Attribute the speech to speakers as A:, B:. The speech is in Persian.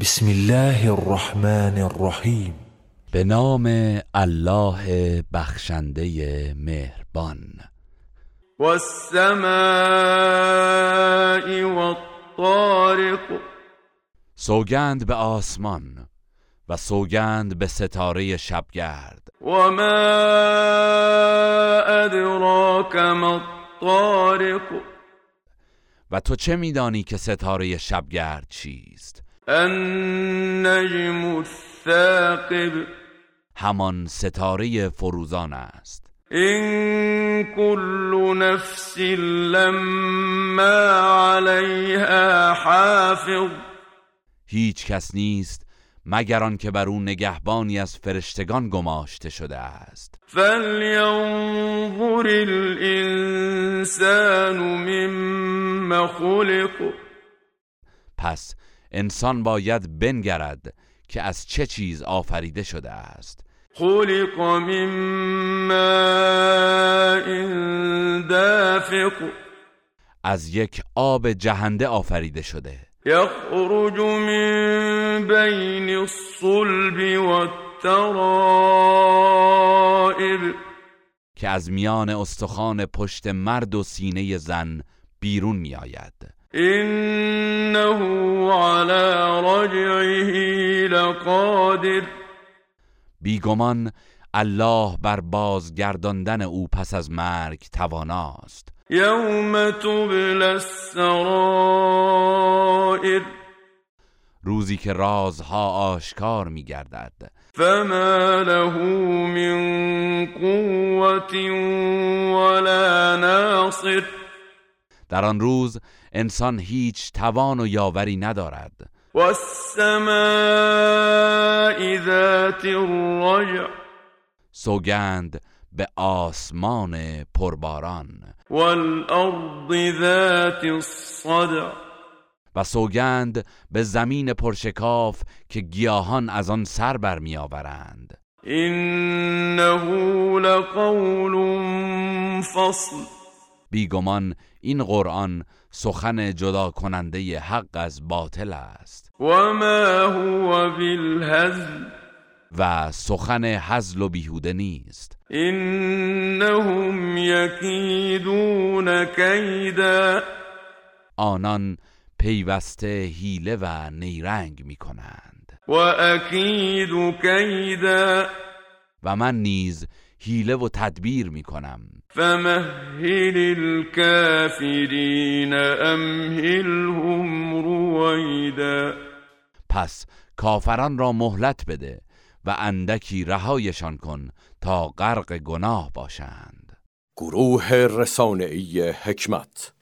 A: بسم الله الرحمن الرحیم
B: به نام الله بخشنده مهربان
C: والسماء والطارق
B: سوگند به آسمان و سوگند به ستاره شبگرد
C: وما أدراك ما الطارق
B: و تو چه میدانی که ستاره شبگرد چیست
C: النجم الثاقب
B: همان ستاره فروزان است
C: إن كل نفس لما عليها حافظ
B: هیچ کس نیست مگر آنکه بر او نگهبانی از فرشتگان گماشته شده است
C: فلينظر الإنسان مما خلق
B: پس انسان باید بنگرد که از چه چیز آفریده شده است
C: خلق من ماء دافق
B: از یک آب جهنده آفریده شده
C: يخرج من بين الصلب والترائب
B: که از میان استخوان پشت مرد و سینه زن بیرون میآید
C: إنه على رجعه لقادر
B: بیگمان الله بر بازگرداندن او پس از مرگ تواناست
C: يوم تبلى السرائر
B: روزی که رازها آشکار می گردد
C: فما له من قوة ولا ناصر
B: در آن روز انسان هیچ توان و یاوری ندارد
C: والسماء ذات الرجع
B: سوگند به آسمان پرباران
C: والأرض ذات الصدع
B: و سوگند به زمین پرشکاف که گیاهان از آن سر برمیآورند
C: إنه لقول فصل
B: بیگمان این قرآن سخن جدا کننده حق از باطل است
C: وما هو بالهزل
B: و سخن هزل و بیهوده نیست
C: إنهم يكيدون كيدا
B: آنان پیوسته هیله و نیرنگ می کنند
C: وأكيد كيدا
B: و من نیز هیله و تدبیر می کنم
C: فمهل الكافرين أمهلهم رويدا
B: پس کافران را مهلت بده و اندکی رهایشان کن تا غرق گناه باشند
D: گروه رسانه‌ای حکمت